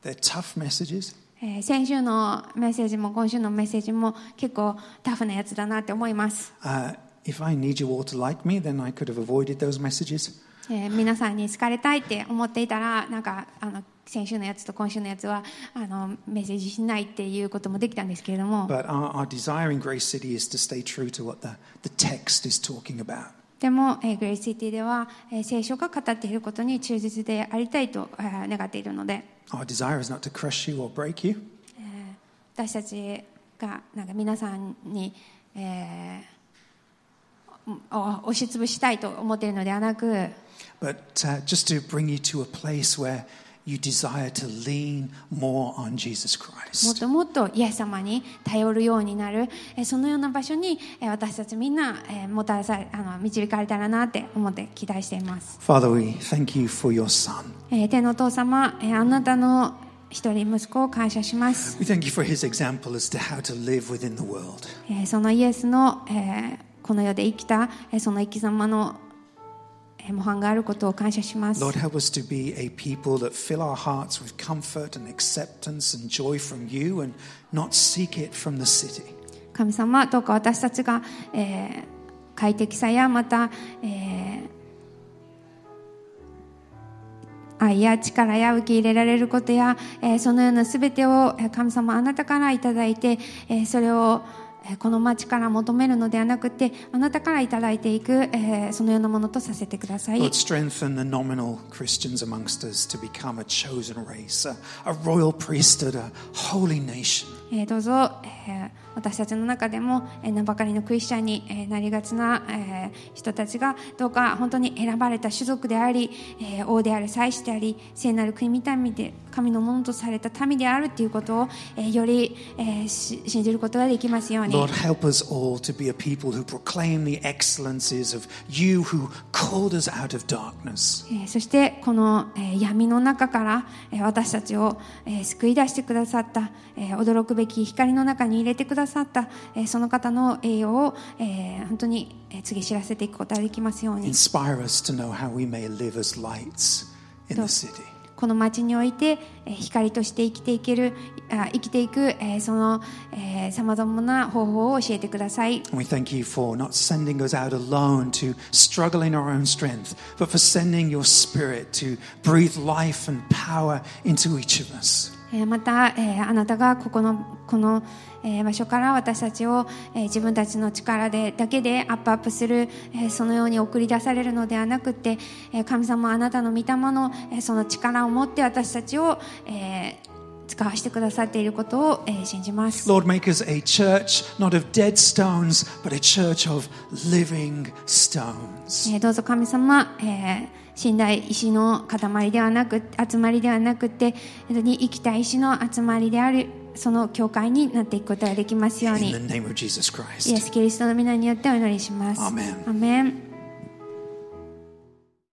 S1: they're tough messages.
S2: えー先週のメッセージも今週のメッセージも結構タフなやつだなって思います。
S1: Uh, if I need you all to like me, then I could have avoided those messages.
S2: えー皆さんに好かれたいって思っていたらなんかあの先週のやつと今週のやつはあのメッセージしないっていうこともできたんですけれども。
S1: But our, our desire in Grace City is to stay true to what the, the text is talking about.
S2: でも、えーグレイシティでは、えー聖書が語っていることに忠実でありたいと、えー願っているので、
S1: Our desire is not to crush you or break you,
S2: えー私たちがなんか皆さんに、えーおお押しつぶしたいと思っているのではなく、
S1: but uh, just to bring you to a place where you desire to lean more on Jesus
S2: もっ
S1: Christ.
S2: ともっとイエス様に頼るようになる、えーそのような場所に、えー私たちみんな、えーもたらさあの導かれたらなって思って期待しています。
S1: Father, we thank you for your Son.
S2: えー天のお父様、えーあなたの一人息子を感謝します。
S1: We thank you for his example as to how to live within the world.
S2: えーそのイエスの、えーこの世で生きた、えーその生き様の、えー模範があることを感謝します。
S1: Lord, help us to be a people that fill our hearts with comfort and acceptance and joy from you and not seek it from the city.
S2: 神様、どうか私たちが、えー快適さやまた、えー愛や力や受け入れられることや、えーそのようなすべてをえー神様あなたからいただいて、えーそれをえーこの町から求めるのではなくてあなたからいただいていく、えーそのようなものとさせてください
S1: Lord, strengthen the nominal Christians amongst us to become a chosen race, a, a royal priesthood, a holy nation.
S2: えーどうぞ、えー私たちの中でも、えー名ばかりのクリスチャンに、えーなりがちな、えー人たちがどうか本当に選ばれた種族であり、えー王である祭司であり聖なる国民で神のものとされた民であるということを、えーより、えーし信じることができますように。
S1: Lord, help us all to be a people who proclaim the excellencies of you who called us out of darkness.
S2: えーそしてこのえー闇の中からえー私たちをえー救い出してくださったえー驚くべき光の中に入れてくださったえーその方の栄養をえー本当にえー次知らせていくことができますように
S1: Inspire us to know how we may live as lights in the city.
S2: この町においてえー光として生きていけるあ生きていくえーそのさまざまな方法を教えてください
S1: And we thank you for not sending us out alone to struggle in our own strength, but for sending your spirit to breathe life and power into each of us.
S2: えーまた、えーあなたがここのこの、えー場所から私たちを、えー自分たちの力でだけでアップアップする、えーそのように送り出されるのではなくて、えー神様あなたの御霊の、えーその力を持って私たちを、えー使わせてくださっていることを、えー信じます。
S1: Lord, make us a church not of dead stones, but a church of living stones.
S2: えーどうぞ神様、えー、寝台石の塊ではなく集まりではなくて本当に生きた石の集まりであるその教会になっていくことができますよう
S1: In
S2: に
S1: the。name of Jesus
S2: イ
S1: Christ.
S2: エス・キリストの皆によってお祈りします。
S1: アーメン
S2: アーメン